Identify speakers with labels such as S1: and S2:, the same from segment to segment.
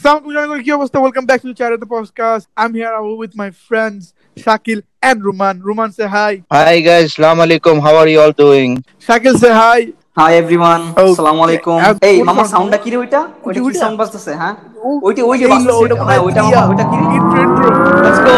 S1: Assalamualaikum warahmatullahi কি অবস্থা welcome back to চার the podcast I am here with my friends Shakil and Ruman Ruman সে hi
S2: Hi guys, Assalamu alaikum. How are you all doing?
S1: Shakil সে hi
S3: hi everyone
S1: Oh.
S3: আসসালামু আলাইকুম
S1: Yeah,
S3: এই
S1: good
S3: মামা
S1: one.
S3: সাউন্ডটা কি রে ওইটা ওইটা কি
S1: ওইটা?
S3: সাউন্ড বাজতেছে হ্যাঁ ওইটা ওই যে বাজতেছে ওইটা
S1: ওইটা
S3: কোথায় ওইটা মামা ওইটা কি
S1: intro
S3: let's go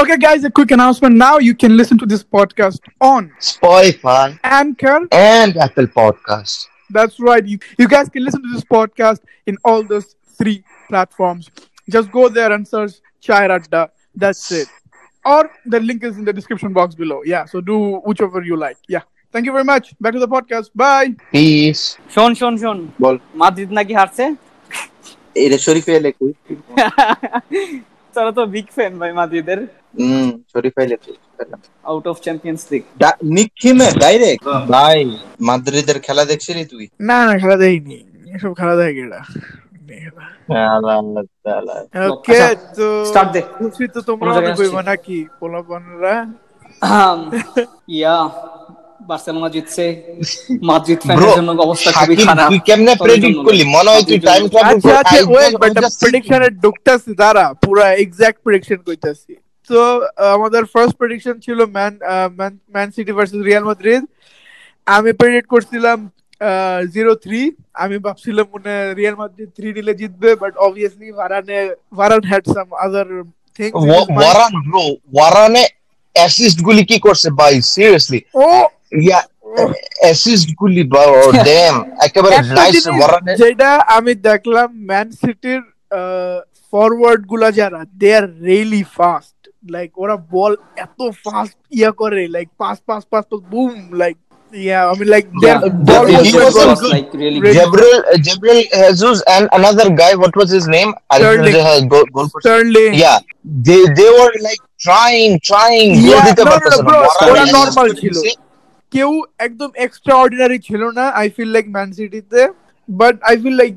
S1: Okay, guys, a quick announcement. Now you can listen to this podcast on
S2: Spotify
S1: Anchor.
S2: and Apple Podcast.
S1: That's right. You, you guys can listen to this podcast in all those three platforms. Just go there and search Chai Radda. That's it. Or the link is in the description box below. Yeah, so do whichever you like. Yeah. Thank you very much. Back to the podcast. Bye.
S2: Peace.
S3: শোন শোন শোন
S2: বল।
S3: Madrid নাকি হারছে
S2: এটা শরীফে লেখু
S3: তারা তো বিগ ফ্যান ভাই মাদ্রিদের
S2: হুম শরীফে লেখু
S3: আউট অফ চ্যাম্পিয়ন্স লিগ
S2: নিক্ষিমে ডাইরেক্ট ভাই মাদ্রিদের খেলা দেখছিলি তুই
S1: না না খেলা দেয়নি এসব খেলা দেয় গেলা ওকে তো
S3: আচ্ছা, স্টার্ট দে
S1: খুশি তো তোমরা
S3: কোনো জায়গায়
S1: কইবা নাকি পোলাপানরা
S3: ইয়া বার্সেলোনা জিতছে মাদ্রিদ ফ্যানের
S2: Bro,
S3: জন্য অবস্থা খুবই
S2: শাকিল,
S3: খারাপ
S2: তুই কেমনে
S3: তোদের
S2: predict
S3: জন্য।
S2: করলি? মনে হয় তুই
S3: তোদের
S2: time
S3: জন্য।
S2: travel
S1: আচ্ছা
S2: করে-
S1: আচ্ছা
S2: I
S1: wait
S2: was
S1: but
S2: just-
S1: প্রেডিকশনের ঢুকতাছি দাঁড়া পুরা এক্সাক্ট প্রেডিকশন কইতাছি তো আমাদের ফার্স্ট প্রেডিকশন ছিল man man city versus Real Madrid আমি প্রেডিক্ট করছিলাম জিরো থ্রি আমি ভাবছিলাম মনে রিয়াল মাদ্রিদ থ্রি নিলে জিতবে but obviously Varane Varane had some other thing
S2: ওয়া- ওয়ারান ব্রো ওয়ারানে অ্যাসিস্ট গুলি কি করছে ভাই সিরিয়াসলি
S1: ও
S2: ইয়া অ্যাসিস্ট গুলি বা ড্যাম একেবারে
S1: একটা
S2: নাইস
S1: জিনিস
S2: ওয়ারানে
S1: যেটা আমি দেখলাম ম্যান সিটির ফরওয়ার্ড গুলা যারা they are really fast like ওরা বল এত ফাস্ট ইয়া করে like pass pass pass pass boom like yeah আমি like
S3: Yeah,
S2: ball
S3: the
S2: was
S3: defense
S2: good.
S3: was like really
S1: Really
S2: Gabriel, uh, Gabriel Jesus and another guy, what was his name?
S1: Sterling.
S2: Uh, goal, goalkeeper.
S1: সার্লি
S2: Yeah, they they were like trying, trying.
S1: Yeah,
S2: goal দিতে
S1: no, no, no,
S2: পারতেছে না।
S1: bro,
S2: Morata
S1: ওরা
S2: assist
S1: normal
S2: করছে।
S1: ছিল। কেউ একদম extraordinary ছিল না আই ফিল লাইক ম্যান সিটিতে but I feel like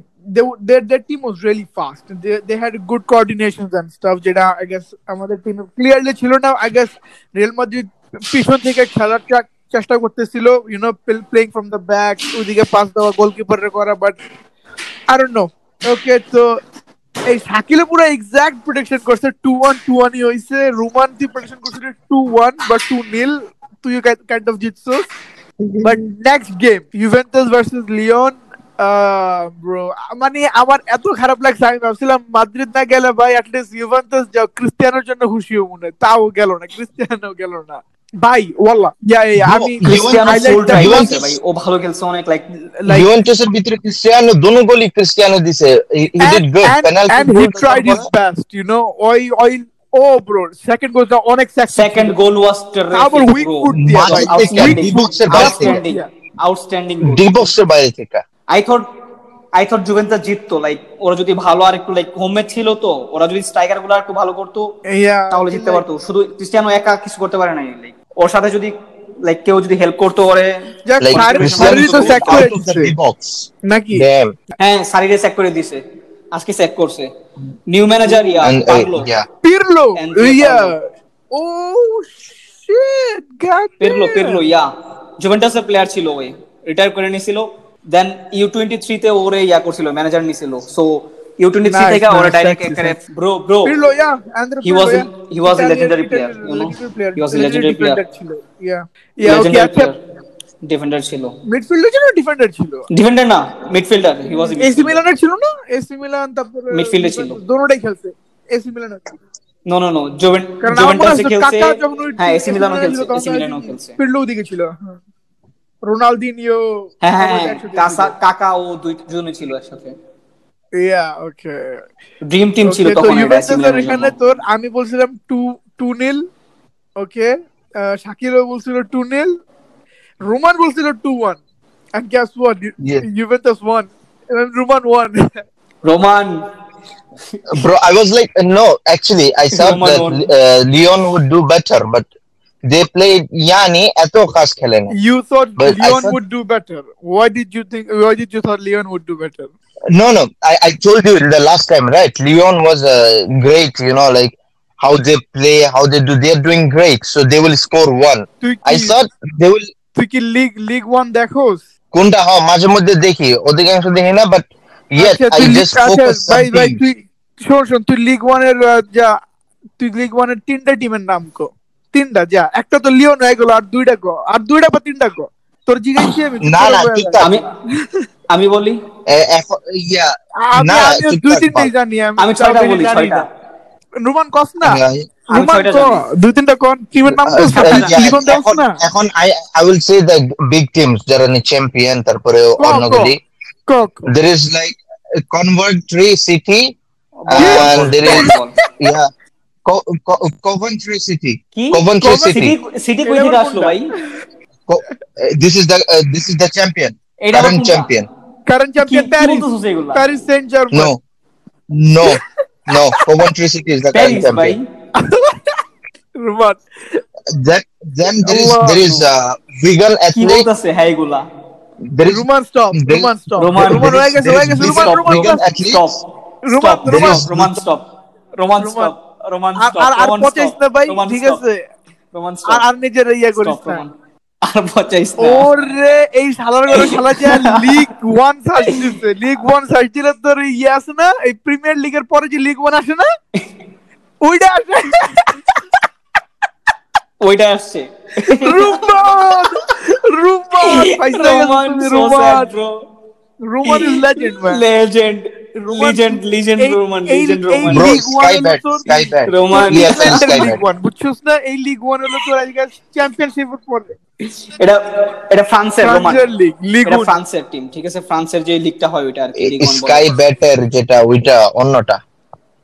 S1: their team was really fast they, they had good coordinations and stuff যেটা i guess আমাদের টিম ক্লিয়ারলি ছিল না i guess রিয়াল মাদ্রিদ পিছন থেকে খেলার চা- চেষ্টা করতেছিল you know playing from the back ওইদিকে পাস দেওয়া গোলকিপারে করা but I don't know okay তো এই শাকিলে পুরো এক্সাক্ট প্রোটেকশন করছে টু ওয়ান টু ওয়ানই হয়েছে রুমান তুই প্রোটেকশন করছিল টু ওয়ান বা টু নীল তুই কাইন্ড অফ জিতছস but next game Juventus versus Lyon bro মানে আমার এত খারাপ লাগছে আমি ভাবছিলাম মাদ্রিদ না গেলে ভাই অ্যাটলিস্ট ইউভেন্টাস যাও ক্রিস্টিয়ানোর জন্য খুশি হবো মনে হয়। তাও গেল না ক্রিস্টিয়ানো গেল না ভাই ওয়াল্লাহ ইয়া ইয়া
S2: Bro,
S1: আমি
S3: Cristiano
S2: Cristiano
S3: full
S1: highlight
S3: time
S2: Juventus-
S3: আছে ভাই ও ভালো খেলছে অনেক লাইক
S1: like-
S2: Juventusের ভিতরে ক্রিস্টিয়ানো দুনো গোলই ক্রিস্টিয়ানো দিছে he, he did
S1: and,
S2: good
S1: and,
S2: penalty
S1: and he tried his best, you know. Oil, oil. Oh, bro, second goes down. Onyx second.
S3: Second goal was
S1: তারপর weak foot দিয়ে
S2: মাঝে
S1: ভাই,
S2: থেকে
S1: weak
S2: D
S1: foot
S2: box এর বাইরে থেকে
S3: outstanding outstanding
S2: D box এর বাইরে থেকে
S3: I thought I thought Juventus জিততো লাইক ওরা যদি ভালো আর একটু লাইক হোমে ছিল তো ওরা যদি স্ট্রাইকার গুলো আর একটু ভালো করতো
S1: Yeah,
S3: তাহলে জিততে পারতো শুধু ক্রিস্টিয়ানো একা কিছু করতে পারে নাই লাইক ওর সাথে যদি লাইক কেউ যদি হেল্প করতো ওরে
S1: যাক,
S2: like
S1: সারি-
S2: Cristiano
S1: সারি তো
S2: was
S1: sack করে
S2: out of the
S1: দিচ্ছে।
S2: D box
S1: নাকি
S2: damn
S3: হ্যাঁ সারিরে স্যাক করে দিছে আজকে স্যাক করছে new manager yeah
S2: and uh,
S3: পাগলো
S2: yeah
S1: Pirlo.
S3: And Pirlo.
S1: Yeah. Oh shit, god.
S3: Pirlo
S1: damn.
S3: Pirlo yeah জুভেন্টাসের প্লেয়ার ছিল ওই রিটায়ার করে নিছিল দেন ইউ টোয়েন্টি তে ওরে ইয়া করছিল ম্যানেজার নিছিল so U twenty three
S1: Nice,
S3: থেকে ওরা
S1: nice,
S3: ডাইরেক্ট
S1: nice,
S3: একেবারে
S1: nice.
S3: Bro bro
S1: Pirlo, yeah, Andrea
S3: He
S1: Pirlo,
S3: was a-
S1: yeah.
S3: he was a
S1: Italian-
S3: legendary
S1: Italian
S3: player, you know.
S1: legendary player,
S3: He was a
S1: legendary
S3: legendary player.
S1: defender ছিল, yeah. Yeah, okay,
S3: legendary
S1: আচ্ছা,
S3: player defender ছিল
S1: midfielder ছিল, defender ছিল?
S3: Defender না midfielder he was
S1: AC Milan এর ছিল না? AC Milan তারপরে
S3: Midfield এ ছিল।
S1: দোনোটাই খেলছে। AC Milan এর।
S3: নো নো নো
S1: কারণ আমার মনে
S3: জুভেন্টাসে
S1: আছে
S3: খেলছে
S1: কাকা যখন ওই
S3: হ্যাঁ এসি
S1: AC
S3: মিলানো
S1: Milan এ
S3: খেলছে
S1: ছিল, তখন
S3: এসি মিলানো
S1: AC
S3: খেলছে
S1: Pirlo ওদিকে ছিল। হ্যাঁ। রোনালদিনিও
S3: হ্যাঁ হ্যাঁ হ্যাঁ
S1: একসাথে
S3: কাসা-
S1: ছিল।
S3: কাকা ও দুইজনে ছিল একসাথে
S1: Yeah, okay.
S3: ড্রিম টিম ছিল
S1: Okay, তো
S3: তখন এসি
S1: ইউভেন্টাসের
S3: মিলানোর
S1: এখানে
S3: জন্য।
S1: তোর আমি বলছিলাম টু টু নীল ওকে শাকিরও বলছিল টু নীল রোমান বলছিল two one and guess one
S2: Yeah.
S1: Juventus one Roman one
S3: Ruman
S2: Bro, I was like, uh, no, actually, I thought
S3: Roman
S2: that
S3: won.
S2: uh, Leon would do better, but they played Yani eto khas khele na.
S1: You thought
S2: But I
S1: Leone
S2: thought-
S1: would do better why did you think why did you thought Lyon would do better
S2: No, no, I, I told you the last time, right? Leon was uh, great, you know, like how they play, how they do. They're doing great, so they will score one.
S1: তুই
S2: I
S1: কি
S2: thought they will.
S1: তুই কি league league one দেখোস
S2: কোনটা হ্যাঁ মাঝে মধ্যে দেখি অধিকাংশ দেখি না বাট yes
S1: আচ্ছা,
S2: I
S1: তুই
S2: just
S1: league- আচ্ছা,
S2: focus
S1: ভাই ভাই
S2: something.
S1: তুই শোন শোন তুই লিগ ওয়ানের যা তুই লিগ ওয়ানের তিনটা টিমের নাম কো তিনটা যা একটা তো লিওন হয়ে গেল আর দুইটা কো আর দুইটা বা তিনটা কো তোর জিজ্ঞাসা আমি
S2: না, না,
S1: তোর বলে
S2: ঠিকঠাক।
S3: আমি আমি বলি
S2: এ, এখন- yeah,
S1: দাও। আমি
S2: না,
S1: আমিও
S2: ঠিকঠাক
S1: দুই তিনটাই
S2: বল।
S1: জানি আমি
S3: আমি ছয়টা
S1: তাও
S3: বলি
S1: জানি
S3: ছয়টা
S1: না। রুমান কস না
S2: আমি-
S3: আমি
S1: রুমান
S3: ছয়টা
S1: কো
S3: জানি।
S1: দুই তিনটা কোন টিমের নাম কো
S2: Uh, yeah,
S1: লিগন দাও
S2: এখন-
S1: না
S2: এখন I I will say that big teams যারা নি চ্যাম্পিয়ন তারপরে
S1: go.
S2: অন্যগুলি
S1: কো কো।
S2: there is like convert three city and there is yeah Co- Co- Coventry City
S3: কি
S2: Coventry City
S3: সিটি সিটি কই থেকে আসলো ভাই
S2: Co- uh, this is the uh, this is the champion
S3: এটা
S2: current
S3: কোনটা?
S2: champion
S1: কারণ চ্যাম্পিয়ন
S3: কি
S1: Paris
S3: বলতেছিস এগুলা?
S1: Paris Saint Germain
S2: no no no Coventry City is the current
S3: Paris ভাই
S2: champion
S1: Ruman
S2: that then there is
S1: Allah.
S2: there is uh, Wigan
S3: কি
S2: Athletic
S3: বলতাছে হ্যাঁ এগুলা
S2: there is
S1: Ruman stop
S2: There-
S1: Ruman stop
S3: Roman-
S1: Ruman হয়ে গেছে হয়ে গেছে
S2: There is
S1: Ruman
S3: stop
S1: Ruman
S2: Wigan
S1: কস।
S2: Athletic.
S3: Stop
S1: Roman-
S2: Roman-
S3: Roman stop Roman stop Roman
S1: আর
S3: স্টপ
S1: আর আর পচাইস না ভাই ঠিক আছে
S3: রোমান
S1: আর
S3: স্টপ
S1: আর নিজের ইয়ে করিস
S3: স্টপ
S1: না Oh,
S3: রোমান আর পচাইস না
S1: ওরে এই শালার ঘরে শালা যে লিগ ওয়ান সার্চ দিচ্ছে লিগ ওয়ান সার্চ দিলে তোর ইয়ে আসে না এই প্রিমিয়ার লিগের পরে যে লিগ ওয়ান আসে না ওইটা আসে
S3: ওইটা আসছে
S1: oh, রুমান রুমান পয়সা
S3: Roman so
S1: Ruman
S3: sad, bro.
S1: Ruman is legend man
S3: Legend,
S1: Roman-
S3: legend, legend
S1: এই-
S3: Roman,
S1: এই-
S3: legend
S1: এই
S3: Roman.
S2: bro
S1: League One
S2: Sky
S1: হলো
S2: Bet
S1: তোর-
S2: Sky Bet
S3: রোমান-
S2: yes
S3: England
S2: Sky
S1: ইংল্যান্ডের লিগ
S2: Bet
S1: ওয়ান বুঝছিস না এই লিগ ওয়ান হলো তোর আজকাল চ্যাম্পিয়নশিপের পরে
S3: এটা এটা ফ্রান্সের রোমান
S1: ফ্রান্সের লিগ লিগ
S3: এটা ফ্রান্সের টিম ঠিক আছে ফ্রান্সের যে লিগটা হয় ওইটা আর কি Ligue 1 বলে।
S2: স্কাই ব্যাটার যেটা ওইটা অন্যটা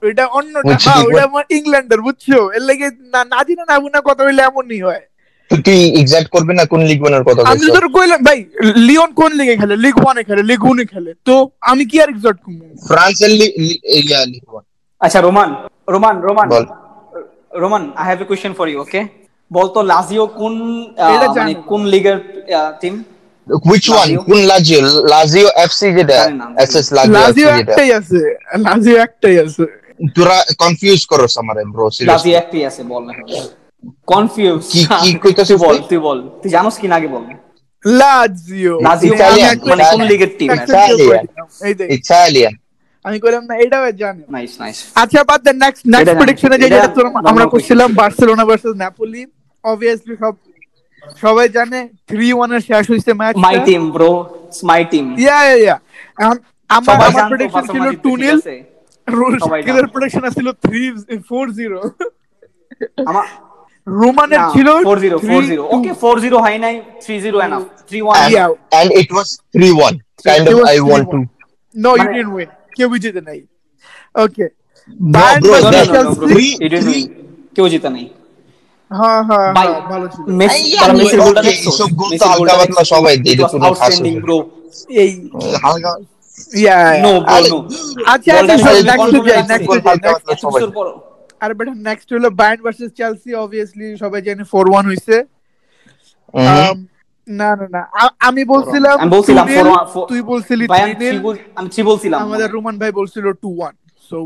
S1: ওইটা অন্যটা
S2: বুঝছি,
S1: হ্যাঁ
S2: লিগ
S1: ওইটা আমার ইংল্যান্ডের বুঝছো এর লাগে না না জানি না বুনা কথা হইলে এমনই হয়
S2: তো তুই এক্সাক্ট করবি না কোন লিগ ওয়ানের কথা
S1: আমি তো
S2: বলছো
S1: তোর কইলাম ভাই লিওন কোন লিগে খেলে লিগ ওয়ানে খেলে লিগ উনে খেলে তো আমি কি আর এক্সট করবো
S2: ফ্রান্সের লি- লি- ইয়া লিগ ওয়ান
S3: আচ্ছা রোমান রোমান রোমান
S2: বল।
S3: Roman I have a question for you okay বলতো লাজিও কোন আহ,
S1: এটা জানি
S3: মানে
S1: না।
S3: কোন লিগের টিম
S2: which one
S3: Lazio.
S2: কোন লাজিও লাজিও এফসি যেটা
S3: জানি না।
S2: এসএস লাজিও FC
S1: লাজিও
S2: যেটা
S1: একটাই আছে লাজিও একটাই আছে
S2: তোরা কনফিউজ করস আমারে ব্রো
S3: লাজিও একটি আছে বল না কনফিউজ
S2: কি- কি কইতাছিস
S3: তুই বল
S2: তুই?
S3: তুই বল তুই জানোস কি না আগে বল
S1: লাজিও
S3: লাজিও
S1: আমি
S2: Italian,
S1: একটা-
S3: মানে কোন
S2: Italian.
S3: লিগের টিম
S1: একটা
S2: Italian.
S1: video করেছিলাম, এই দেখ,
S2: ইটালিয়ান
S1: আমি কইলাম না এটাও জানি
S3: নাইস নাইস
S1: আচ্ছা বাদ দেন নেক্সট
S3: এটা
S1: নেক্সট
S3: না,
S1: প্রেডিকশনে যে
S3: এটা
S1: যেটা তোর-
S3: normal
S1: আমরা
S3: question.
S1: করছিলাম বার্সেলোনা ভার্সেস নাপোলি অবভিয়াসলি সব সবাই জানে 3-1 এর শেষ হইছে match
S3: my team bro my team
S1: yeah yeah yeah আমার
S3: সবাই
S1: আমার
S3: জানতো
S1: প্রেডিকশন ছিল
S3: বার্সেলোনা জিতবে,
S1: 2
S3: ঠিক
S1: 0
S3: আছে? সবাই
S1: রুশকিলের
S3: জানতো।
S1: প্রেডিকশন ছিল 3 4-0
S3: আমার
S1: রোমানের
S3: না,
S1: ছিল
S3: 4-0, 4-0
S1: 3-2
S3: Okay, 4-0 হয় নাই, 3-0 enough. 3-1
S1: Yeah.
S2: and it was 3-1 kind
S1: It
S2: of
S1: was
S2: i want to
S1: 3-1. No, you
S3: মানে-
S1: didn't win. কেউ জিতে নাই ওকে
S2: no
S1: Bayern
S2: bro
S3: No,
S1: versus
S3: no,
S2: that
S3: no, no, bro.
S1: Chelsea.
S2: three-
S3: It didn't
S2: three-
S3: win. কেউ জেতা নাই।
S1: হ্যাঁ হ্যাঁ
S3: ভাই,
S1: হ্যাঁ, ভালো ছিল
S3: মেসি-
S2: আইয়া,
S3: তারা মেসির
S2: okay,
S3: গোলটা দেখছো?
S2: এইসব গোল তো
S3: মেসির
S2: হালকা
S3: গোলটা
S2: পাতলা
S3: দেখছো?
S2: সবাই দেয়,
S3: It
S2: এটা
S3: was
S2: কোনো খাস
S3: outstanding,
S2: হলো না।
S3: bro.
S1: এই
S2: হালকা
S1: ইয়া
S3: No, bro,
S2: আরে,
S3: no.
S1: আচ্ছা আচ্ছা
S3: Golden
S1: শোন
S3: State
S1: নেক্সট
S3: গোল
S1: টু
S3: করে
S1: যাই
S3: রাখছে।
S1: নেক্সট টু
S2: গোল
S1: যাই
S2: হালকা পাতলা
S3: এত
S2: সবাই
S3: বছর পর।
S1: আর বেটা নেক্সট হলো বায়ার্ন ভার্সেস চেলসি অবভিয়াসলি সবাই জানে 4-1 হইছে
S3: আচ্ছা,
S2: হুম।
S1: Um, না না না আ- আমি বলছিলাম
S3: আমি বলছিলাম
S1: 2-0,
S3: 4-1, 4
S1: তুই বলছিলি
S3: ভাই, আমি
S1: 3-0,
S3: three বল- আমি three বলছিলাম।
S1: আমাদের রোমান ভাই বলছিল 2-1 so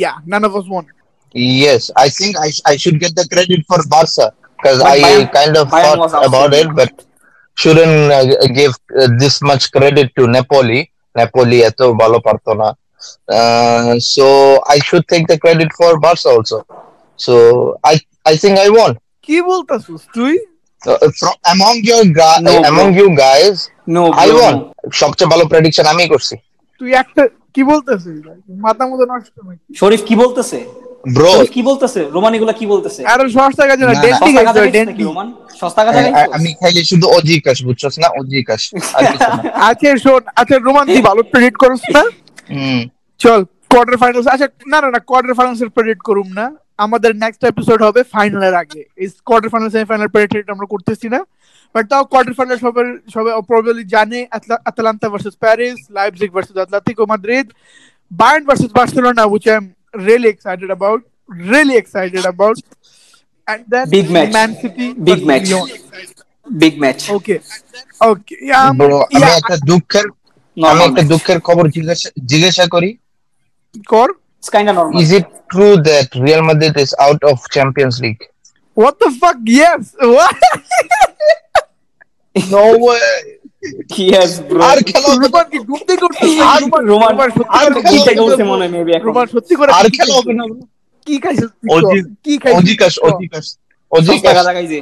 S1: yeah none of us one
S2: Yes, I think I, sh- I should get the credit for Barca because
S3: But
S2: I
S3: Bayern-
S2: kind of
S3: Bayern was
S2: thought about it,
S3: outstanding.
S2: but shouldn't uh, give uh, this much credit to Napoli. Napoli eto bhalo parto na. Uh, so I should take the credit for Barca also. So I I think I won
S1: কি বলতাছিস তুই
S2: uh, from among your guys
S3: No, bro.
S2: among you guys.
S3: No,
S2: I
S3: bro,
S2: won.
S3: no.
S2: সবচেয়ে ভালো prediction আমি করছি
S1: তুই একটা কি বলতাছিস ভাই? মাথা মতো নষ্ট নাকি
S3: শরীফ কি বলতেছে
S2: bro.
S3: শরীফ কি বলতেছে রোমান এগুলা কি বলতেছে
S1: আর সস্তা কাজ না
S2: না,
S1: ডেন্টি
S3: সস্তা
S2: না।
S1: গেছে
S3: কাজে গেছিস নাকি
S1: ডেন্টি
S3: রোমান সস্তা কাজে
S2: I- I-
S3: গেছিস?
S2: আমি খাইলে শুধু অজিকাশ বুঝছস না অজিকাশ আর কিছু না
S1: আচ্ছা শোন আচ্ছা রোমান তুই ভালো প্রেডিক্ট করছ না
S2: হুম।
S1: চল কোয়ার্টার ফাইনালস আচ্ছা না না না কোয়ার্টার ফাইনালস এর প্রেডিক্ট করুম না আমাদের নেক্সট এপিসোড হবে ফাইনালের আগে এই কোয়ার্টার ফাইনাল সেমিফাইনাল প্রেডিক্ট আমরা করতেছি না বাট তাও কোয়ার্টার ফাইনাল সবাই সবাই প্রবাবলি জানে Atalanta versus Paris Leipzig versus Atletico Madrid Bayern versus Barcelona which i am really excited about really excited about and then
S3: Big match.
S1: man city
S3: Big
S1: versus
S3: match.
S1: Lyon.
S3: Big match
S1: okay okay yeah, um,
S2: Bro, আমি
S1: yeah,
S2: একটা দুঃখের
S3: Normal
S2: আমি একটা
S3: match.
S2: দুঃখের খবর জিজ্ঞাসা জিজ্ঞাসা করি
S1: কর
S3: It's kind of normal.
S2: Is it true that Real Madrid is out of Champions League?
S1: What the fuck? Yes. What?
S2: No way.
S3: Yes, bro.
S2: আর খেলা হবে না।
S1: রোমান কি ঘুমতে ঘুরতে
S3: আর রোমান আর
S2: আর
S3: কি
S2: খেলা
S3: থেকে
S2: হবে
S3: উঠছে
S2: না,
S3: মনে হয় মেবি এখন
S1: রোমান সত্যি করে
S2: আর
S1: কি
S2: খেলা হবে
S1: খাইছিস?
S2: না।
S1: কি খাইছিস তুই
S2: অজি-
S1: তো? কি খাইছিস
S2: অজিকাস
S1: তুই তো?
S2: অজিকাস
S3: সব
S2: অজিকাস
S3: টাকা লাগাই যে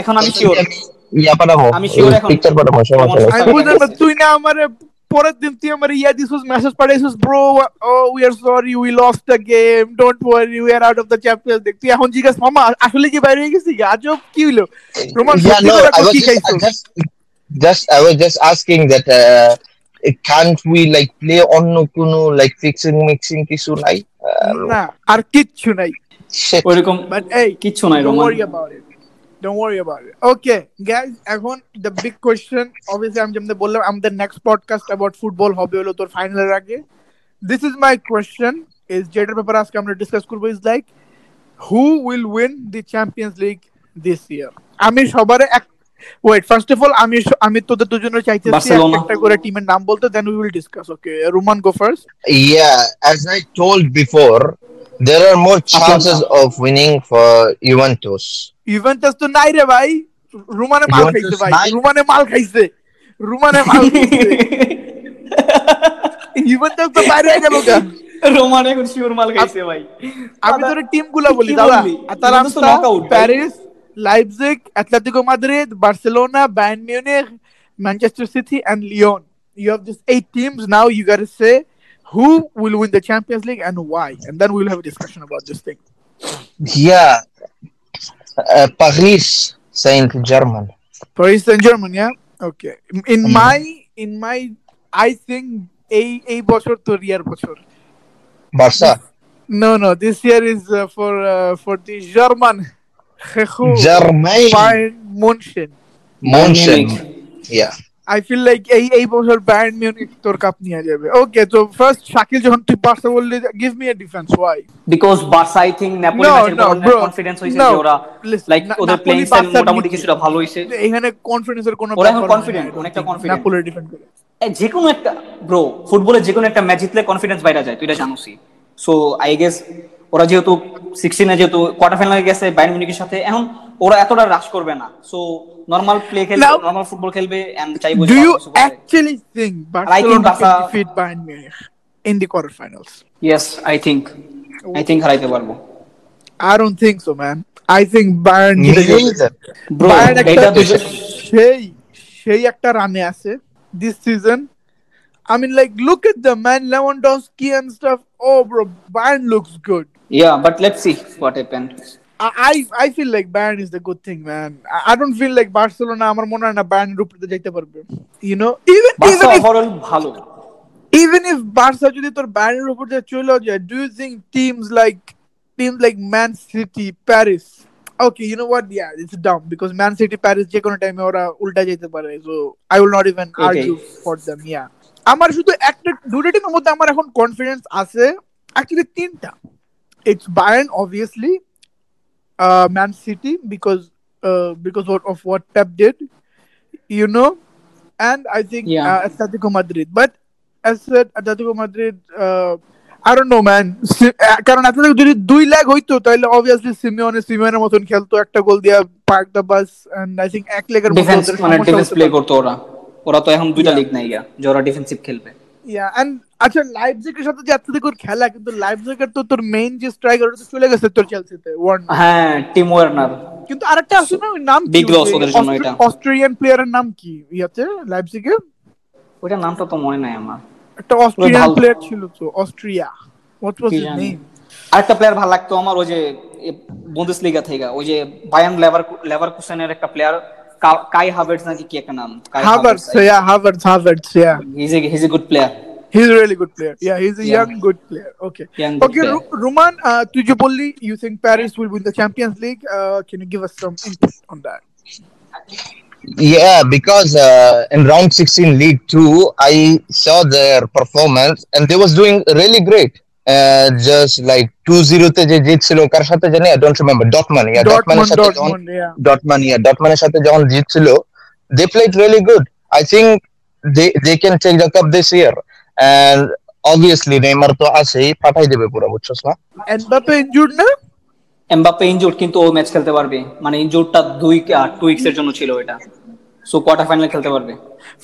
S3: এখন আমি শিওর
S2: ইয়া পাঠাবো
S3: আমি sure এখন।
S2: পিকচার পাঠাবো সমস্যা নেই।
S1: আমি বুঝলাম না, তুই না আমার পরের দিন তুই আমার ইয়া দিছিস মেসেজ পাঠাইছিস ব্রো ও we are sorry we lost the game don't worry we are out of the Champions League তুই এখন জিজ্ঞাসা মামা আসলে কি বাইরে হয়ে গেছিস আজব কি হলো রোমান
S2: Yeah,
S1: সত্যি
S2: no,
S1: করে
S2: I was
S1: কি
S2: just, I
S1: খাইছিস
S2: just, just, I was just asking that, uh, can't we like play on no kuno like fixing mixing kisu nai? Uh,
S1: না আর কিচ্ছু নাই
S2: shit.
S3: ওইরকম
S1: বাট এই
S3: কিচ্ছু নাই
S1: Don't
S3: Roman
S1: worry about it. Don't worry about it. Okay, guys. এখন the big question. Obviously, আমি যেমন বললাম, আমাদের next podcast about football হবে হলো তোর final এর আগে. This is my question. Is যেটার ব্যাপারে আজকে আমরা discuss করবো is like who will win the Champions League this year? আমি সবার এক Wait, first of all, আমি স- আমি তোদের দুজনের চাইতেছি
S3: Barcelona.
S1: এক একটা করে টিমের নাম বলতে then we will discuss. Okay, Roman go first.
S2: Yeah, as I told before, there are more chances of winning for Juventus.
S1: Juventus তো নাই রে ভাই রুমানে মাল
S2: Juventus
S1: খাইছে ভাই
S2: নাই?
S1: রুমানে মাল খাইছে রুমানে মাল খাইছে ইভেন্টাস তো বাইরে হয়ে গেল গা।
S3: রোমান এখন শিওর মাল খাইছে ভাই
S1: আমি তোর টিম গুলা বলি
S3: কি
S1: দাদা
S3: বললি? ইভেন্টাস তো
S1: আতালান্তা
S3: knockout, ভাই।
S1: Paris Leipzig Atletico Madrid Barcelona Bayern Munich Manchester City and Lyon you have this eight teams now you got say who will win the Champions League and why and then will have a discussion about this thing
S2: Yeah, uh, Paris Saint German.
S1: Paris Saint Germain, yeah? Okay. In my in my I think এই এই বছর তো রিয়ার বছর
S2: Barca,
S1: no no this year is for for the Germain Oh,
S2: Germain,
S1: Bayern Munchen
S2: Munchen. Yeah.
S1: I feel like এই এই বছর Bayern Munich তোর কাপ নিয়ে যাবে ওকে তো ফার্স্ট শাকিল যখন তুই বার্সা বললি give me a defence why
S3: because Barca I think Napoli
S1: No,
S3: ম্যাচের
S1: no,
S3: পর
S1: bro.
S3: কনফিডেন্স হইছে
S1: No.
S3: যে ওরা
S1: Listen,
S3: লাইক
S1: না-
S3: ওদের
S1: নাপোলি
S3: প্লেইং স্টাইল
S1: বার্সার
S3: মোটামুটি
S1: বিপক্ষে-
S3: কিছুটা ভালো হইছে
S1: এখানে কনফিডেন্সের কোনো
S3: ওরা এখন
S1: ব্যাপার নাই,
S3: confident,
S1: I don't
S3: অনেকটা
S1: think.
S3: confident.
S1: নাপোলের ডিফেন্ড করে
S3: এ, যে কোনো একটা ব্রো ফুটবলে যে কোনো একটা ম্যাচ জিতলে কনফিডেন্স বাইরে যায় তুই এটা জানোসই সো আই গেস ওরা যেহেতু সিক্সটিনে যেহেতু কোয়ার্টার ফাইনালে গেছে বায়ার্ন মিউনিকের সাথে এখন ওরা এতটা রাশ করবে না সো নরমাল প্লে খেলবে
S1: Now-
S3: নরমাল ফুটবল খেলবে এন্ড চাইবো
S1: Do
S3: যে
S1: you
S3: ভালো কিছু করে
S1: actually think
S3: I think
S1: Barcelona can
S3: Barca-
S1: defeat Bayern Munich in the quarterfinals?
S3: Yes I think I think হারাইতে পারবো
S1: I don't think so, man. I think Bayern
S2: Me
S1: Munich.
S2: neither.
S3: Bro
S1: Bayern
S3: এটা
S1: একটা
S3: দুজন
S1: সেই সেই একটা রানে আছে this season. I mean, like, look at the man Lewandowski and stuff. Oh, bro, Bayern looks good.
S3: Yeah but let's see what happen
S1: I I, I feel like Bayern is the good thing, man. I, I don't feel like Barcelona. আমার মনে হয় না Bayern এর উপরে যেতে পারবে you know even
S3: Barca
S1: even if
S3: overall ভালো
S1: even if Barca যদি তোর ব্যানের উপর দিয়ে চলেও যায় do you think teams like teams like Man City Paris okay you know what yeah it's dumb because Man City Paris যে কোনো time এ ওরা উল্টা যেতে পারে so I will not even
S3: Okay.
S1: argue for them yeah আমার শুধু একটা দুটো টিমের মধ্যে আমার এখন কনফিডেন্স আছে actually তিনটা it's Bayern obviously uh, Man City because uh, because what, of what Pep did you know and I think
S3: Yeah.
S1: uh, Atletico Madrid. But as said, Atletico Madrid, uh, I don't know, man. Si- আহ, কারণ Atletico যদি দুই leg হইতো তাহলে obviously Simeone সিমিওনের মতন খেলতো একটা goal দিয়া park the bus and I think এক লেগের মধ্যে
S3: ডিফেন্স
S1: ওদের
S3: মানে
S1: সমস্যা
S3: ডিফেন্স
S1: হতে
S3: প্লে
S1: পারে।
S3: করতো ওরা ওরা তো এখন দুইটা লিগ নাই গা যে ওরা ডিফেন্সিভ খেলবে
S1: Yeah, and আচ্ছা লাইপজিগের সাথে যে অ্যাটলেটিকোর খেলা কিন্তু লাইপজিগের তো তোর মেইন যে স্ট্রাইকার ওটা তো চলে গেছে তোর চেলসিতে ওয়ার্নার
S3: হ্যাঁ টিম ওয়ার্নার
S1: কিন্তু আরেকটা আছে না ওই নাম কি
S3: Big loss ওদের জন্য এটা।
S1: অস্ট্রেলিয়ান প্লেয়ারের নাম কি ইয়াতে লাইপজিগের
S3: ওইটা নামটা তো মনে নাই আমার
S1: একটা অস্ট্রিয়ান
S3: ভালো।
S1: প্লেয়ার ছিল তো অস্ট্রিয়া হোয়াট ওয়াজ
S3: কি
S1: হিজ
S3: জানি
S1: নেম
S3: আরেকটা প্লেয়ার ভালো লাগতো আমার ওই যে বুন্দেস লিগা থেকে ওই যে বায়ান লেভার লেভার কুসেনের একটা প্লেয়ার কাই হাভার্টস নাকি কি একটা নাম Kai
S1: Havertz, yeah, Havertz, Havertz, yeah.
S3: He's a he's a good player
S1: He's a really good player. Yeah, he's a
S3: Yeah.
S1: young, good player. Okay.
S3: Young, good
S1: okay,
S3: player.
S1: Ru- Ruman, uh, to Jupoli, you think Paris will win the Champions League? Uh, can you give us some input on that?
S2: Yeah, because uh, in round 16 league 2 I saw their performance and they was doing really great. Uh, just like 2-0 তে যে জিতছিল কার সাথে জানি I don't remember ডটমান yeah ডটমানের
S1: Dortmund,
S2: সাথে যখন
S1: Dortmund, yeah.
S2: ডটমান ইয়া ডটমানের সাথে যখন জিতছিল they played really good I think they they can take the cup this year and obviously Neymar তো আছেই পাঠাই দেবে পুরো বুঝছস না
S1: এমবাপে ইনজুর্ড না
S3: এমবাপ্পে ইনজুর্ড কিন্তু ও ম্যাচ খেলতে পারবে মানে ইনজুর্ডটা দুই টু উইকস এর জন্য ছিল এটা সো কোয়ার্টার ফাইনাল খেলতে পারবে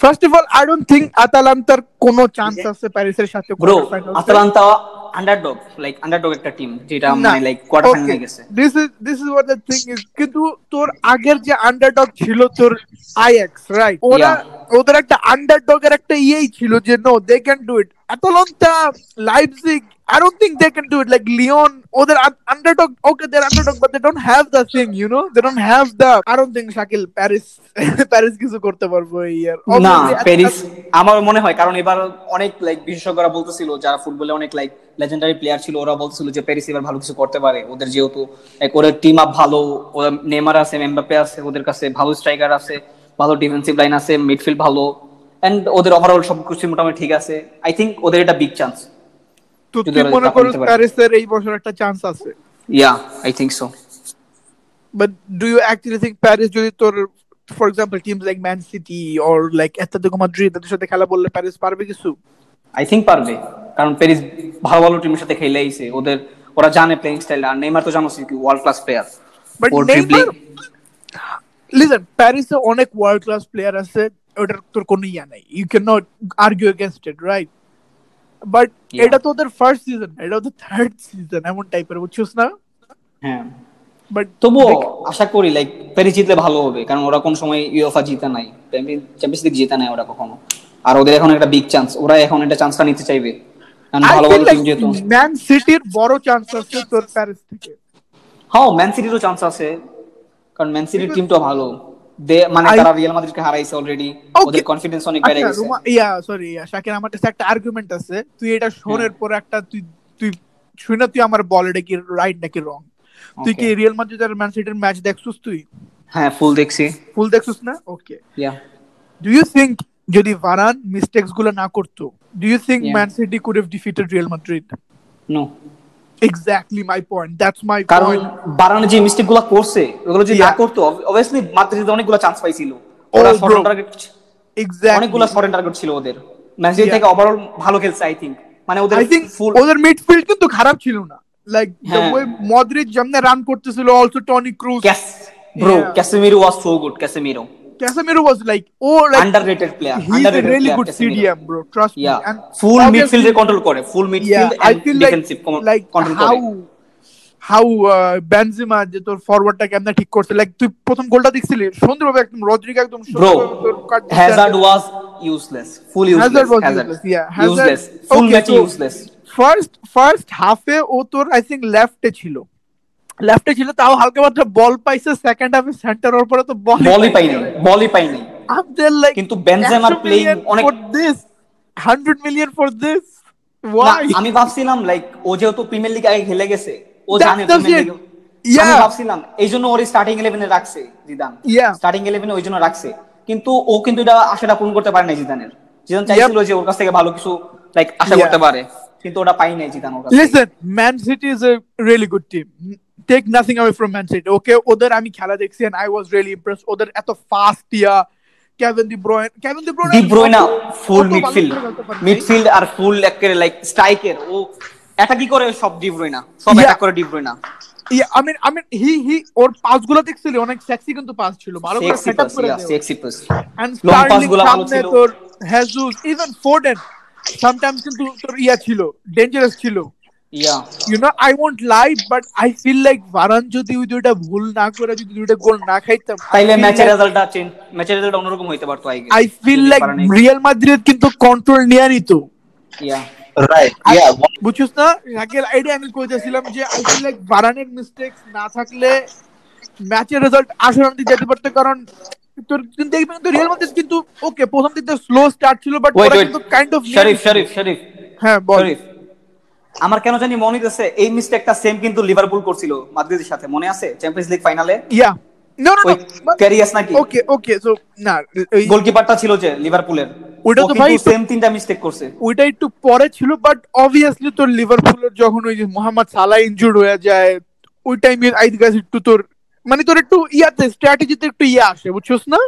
S1: first of all I don't think আতালান্তার কোনো চান্স আছে প্যারিসের সাথে
S3: ব্রো
S1: quarter-finals এ।
S3: আতালান্তা আন্ডারডগ লাইক আন্ডারডগ একটা টিম যেটা
S1: না,
S3: মানে লাইক কোয়ার্টার ফাইনালে
S1: okay.
S3: গেছে
S1: This is- this is what the thing is. কিন্তু তোর আগের যে আন্ডারডগ ছিল তোর আইএক্স রাইট ওরা ওদের একটা আন্ডারডগ এর একটা ইয়েই ছিল যে no they can do it Atalanta Leipzig I don't think they can do it like Lyon ওদের underdog okay they underdog but they don't have the same you know they don't have the I don't think Shakil Paris Paris কিছু করতে পারবো এই ইয়ার
S3: না Paris আমার মনে হয় কারণ এবার অনেক লাইক বিশেষজ্ঞরা বলতেছিল যারা ফুটবলে অনেক লাইক লেজেন্ডারি প্লেয়ার ছিল ওরা বলতেছিল যে প্যারিস এবার ভালো কিছু করতে পারে ওদের যেহেতু like, ওদের টিম আপ ভালো ওরা নেমার আছে এমবাপে আছে ওদের কাছে ভালো স্ট্রাইকার আছে ভালো ডিফেন্সিভ লাইন আছে মিডফিল্ড ভালো এন্ড ওদের ওভারঅল সবকিছু মোটামুটি ঠিক আছে আই থিংক ওদের এটা বিগ চান্স
S1: তো
S3: কিন্তু
S1: তুই
S3: ওরা
S1: মনে
S3: cup
S1: করিস
S3: নিতে পারে।
S1: প্যারিসের এই বছর একটা চান্স আছে
S3: yeah I think so
S1: But do you actually think Paris যদি তোর for example teams like Man City or like Atletico Madrid তাদের সাথে খেলা বললে প্যারিস পারবে কিছু
S3: আই থিংক পারবে কারণ প্যারিস ভালো ভালো টিমের সাথে খেলে আইছে ওদের ওরা জানে প্লেইং স্টাইল আর নেইমার তো জানো world class player
S1: But Neymar- listen প্যারিসে অনেক ওয়ার্ল্ড ক্লাস প্লেয়ার আছে ওটার তোর কোনো ইয়া নাই you can not argue against it right but
S3: Yeah.
S1: এটা তো ওদের ফার্স্ট সিজন এটা ওদের থার্ড সিজন এমন টাইপের বুঝছিস না
S3: হ্যাঁ
S1: বাট
S3: তবুও আশা করি লাইক প্যারিস জিতলে ভালো হবে কারণ ওরা কোন সময় ইউএফা জিতে নাই চ্যাম্পিয়ন্স লিগ জিতে নাই ওরা কখনো আর ওদের এখন একটা বিগ চান্স ওরা এখন একটা চান্সটা নিতে চাইবে কারণ মানে ভালো ভালো টিম যেহেতু
S1: ম্যান সিটির বড় চান্স আছে তোর প্যারিস থেকে
S3: হ্যাঁ ম্যান সিটিরও চান্স আছে কারণ ম্যান সিটির টিমটা ভালো দে মানে
S1: I-
S3: তারা রিয়াল মাদ্রিদকে হারাইছে অলরেডি
S1: Okay. আচ্ছা,
S3: ওদের কনফিডেন্স অনেক বেড়ে গেছে
S1: ইয়া সরি শাকির আমার কাছে একটা আর্গুমেন্ট আছে তুই এটা শোনের পর একটা তুই তুই শুনে তুই আমার বল এটা কি রাইট নাকি রং তুই কি
S3: Okay.
S1: রিয়েল মাদ্রিদ আর ম্যান সিটির ম্যাচ দেখছিস তুই
S3: হ্যাঁ ফুল দেখছি
S1: ফুল দেখছিস না okay
S3: yeah
S1: do you think যদি ভারান মিস্টেকস গুলো না করতো do you think
S3: Yeah.
S1: Man City could have defeated Real Madrid
S3: no
S1: exactly my point that's my
S3: কারণ
S1: পয়েন্ট
S3: বাড়ানো যে মিস্টেক গুলো করছে ওগুলো যদি না
S1: Yeah.
S3: করতো অবভিয়াসলি মাদ্রিদ অনেকগুলো চান্স পাইছিল ওরা
S1: Oh,
S3: শর্ট
S1: bro.
S3: টার্গেট অনেকগুলো
S1: এক্স্যাক্টলি
S3: ফরেন টার্গেট ছিল ওদের ম্যাচ থেকে ওভারঅল ভালো খেলছে আই থিঙ্ক মানে ওদের
S1: আই থিংক
S3: ফুল
S1: ওদের মিডফিল্ড কিন্তু খারাপ ছিল না লাইক দ্য
S3: হ্যাঁ।
S1: ওয়ে মদ্রিদ যেমনে রান করতেছিল also Toni Kroos
S3: Cas bro
S1: Yeah.
S3: Casemiro was so good Casemiro
S1: Casemiro was like, oh, like
S3: underrated player
S1: he's a
S3: underrated
S1: really
S3: player
S1: good CDM, bro. Trust
S3: yeah
S1: me. And
S3: full
S1: obviously-
S3: মিডফিল্ডে control করে full
S1: Yeah,
S3: midfield
S1: I feel
S3: defensive
S1: like like
S3: control করে
S1: how how uh, Benzema যে তোর ফরওয়ার্ডটা কেমনে ঠিক করছে like তুই প্রথম গোলটা দেখছিলি সুন্দরভাবে একদম রদ্রিগো একদম
S3: ব্রো
S1: সুন্দরভাবে তোর cut দিচ্ছে।
S3: Hazard was useless full useless
S1: Hazard was
S3: Hazard
S1: useless, yeah. Hazard-
S3: useless full
S1: Okay,
S3: match
S1: so-
S3: useless
S1: first first হাফে ও তোর আই থিঙ্ক লেফটে ছিল লেফটে ছিল তাও হালকা মাত্র বল পাইছে সেকেন্ড হাফে সেন্টার ওর পরে তো বল
S3: বলই পাইনি বলই পাইনি
S1: আমাদের লাইক
S3: কিন্তু Benzema playing অনেক-
S1: for this 100 million for this
S3: না,
S1: ওয়াই
S3: আমি ভাবছিলাম লাইক ও যেহেতু প্রিমিয়ার লিগ আগে খেলে গেছে ও
S1: That's
S3: জানে
S1: the
S3: Premier
S1: shit.
S3: League
S1: Yeah.
S3: আমি ভাবছিলাম এই জন্য ওর স্টার্টিং ইলেভেনে রাখছে জিদান
S1: Yeah.
S3: স্টার্টিং ইলেভেনে ওই জন্য রাখছে কিন্তু ও কিন্তু এটা আশাটা পূরণ করতে পারে না জিদানের জিদান চাইছিল যে ওর কাছ থেকে ভালো কিছু লাইক আশা
S1: Yeah.
S3: করতে পারে কিন্তু ওটা পাই নাই জিদান ওর কাছে
S1: listen Man City is a really good team take nothing away from Man City okay ওদের আমি খেলা দেখছি and I was really impress ওদের এত fast yeah Kevin De Bruyne Kevin De Bruyne
S3: De Bruyne full midfield midfield আর full একের like স্ট্রাইকের ও অ্যাটাকই করে সব ডি ব্রুইনা সব
S1: Yeah.
S3: অ্যাটাক করে De Bruyne
S1: I mean I mean he he ওর পাস গুলো দেখছিলি অনেক সেক্সি কিন্তু পাস ছিল ভালো করে
S3: সেক্সি
S1: সেটআপ
S3: পাস
S1: করে দেয়
S3: sexy pass
S1: and
S3: long pass
S1: Sterling
S3: গুলো ভালো
S1: সামনে
S3: ছিল
S1: তোর হেজুস ইভেন ফোর্ডেন সামটাইমস কিন্তু তোর ইয়া ছিল ডেঞ্জারাস ছিল
S3: yeah
S1: you know I won't lie but I feel like Varane যদি ওই দুইটা ভুল না করে যদি দুইটা গোল না খাইতাম I
S3: তাইলে
S1: feel
S3: ম্যাচের
S1: like-
S3: রেজাল্টটা চেঞ্জ ম্যাচের রেজাল্ট অন্যরকম হইতে পারতো I
S1: I feel like Real Madrid কিন্তু কন্ট্রোল নিয়ে নিত
S3: ইয়া
S2: Right. Yeah.
S1: আচ্ছা, বুঝছিস না রাকেল আইডিয়া আমি কইতেছিলাম যে আই ফিল লাইক বারানের মিস্টেক না থাকলে ম্যাচের রেজাল্ট আসলে আমি যেতে পারতো কারণ তোর কিন্তু দেখবেন তো রিয়াল মাদ্রিদ কিন্তু ওকে প্রথম দিকে স্লো স্টার্ট ছিল বাট
S3: ওয়েট
S1: ওরা
S3: ওয়েট
S1: কিন্তু কাইন্ড অফ
S3: শরীফ শরীফ শরীফ
S1: হ্যাঁ বল
S3: শরীফ আমার কেন জানি মনে হইতেছে এই মিস্টেকটা সেম কিন্তু লিভারপুল করছিল মাদ্রিদের সাথে মনে আছে চ্যাম্পিয়ন্স লিগ ফাইনালে
S1: ইয়া নো নো
S3: ওই ক্যারিয়াস নাকি
S1: ওকে ওকে সো না এই-
S3: গোলকিপারটা ছিল যে লিভারপুলের
S1: ওইটা
S3: ওটা
S1: তো
S3: তো
S1: ভাই
S3: ভাই
S1: একটু-
S3: সেম তিনটা মিস্টেক করছে
S1: ওইটা একটু পরে ছিল বাট অবভিয়াসলি তোর লিভারপুলের যখন ওই যে মোহাম্মদ সালা ইনজুর্ড হয়ে যায় ওই টাইমে আই গাছ একটু তোর মানে তোর একটু ইয়াতে স্ট্র্যাটেজিতে একটু ইয়ে আসে বুঝছস না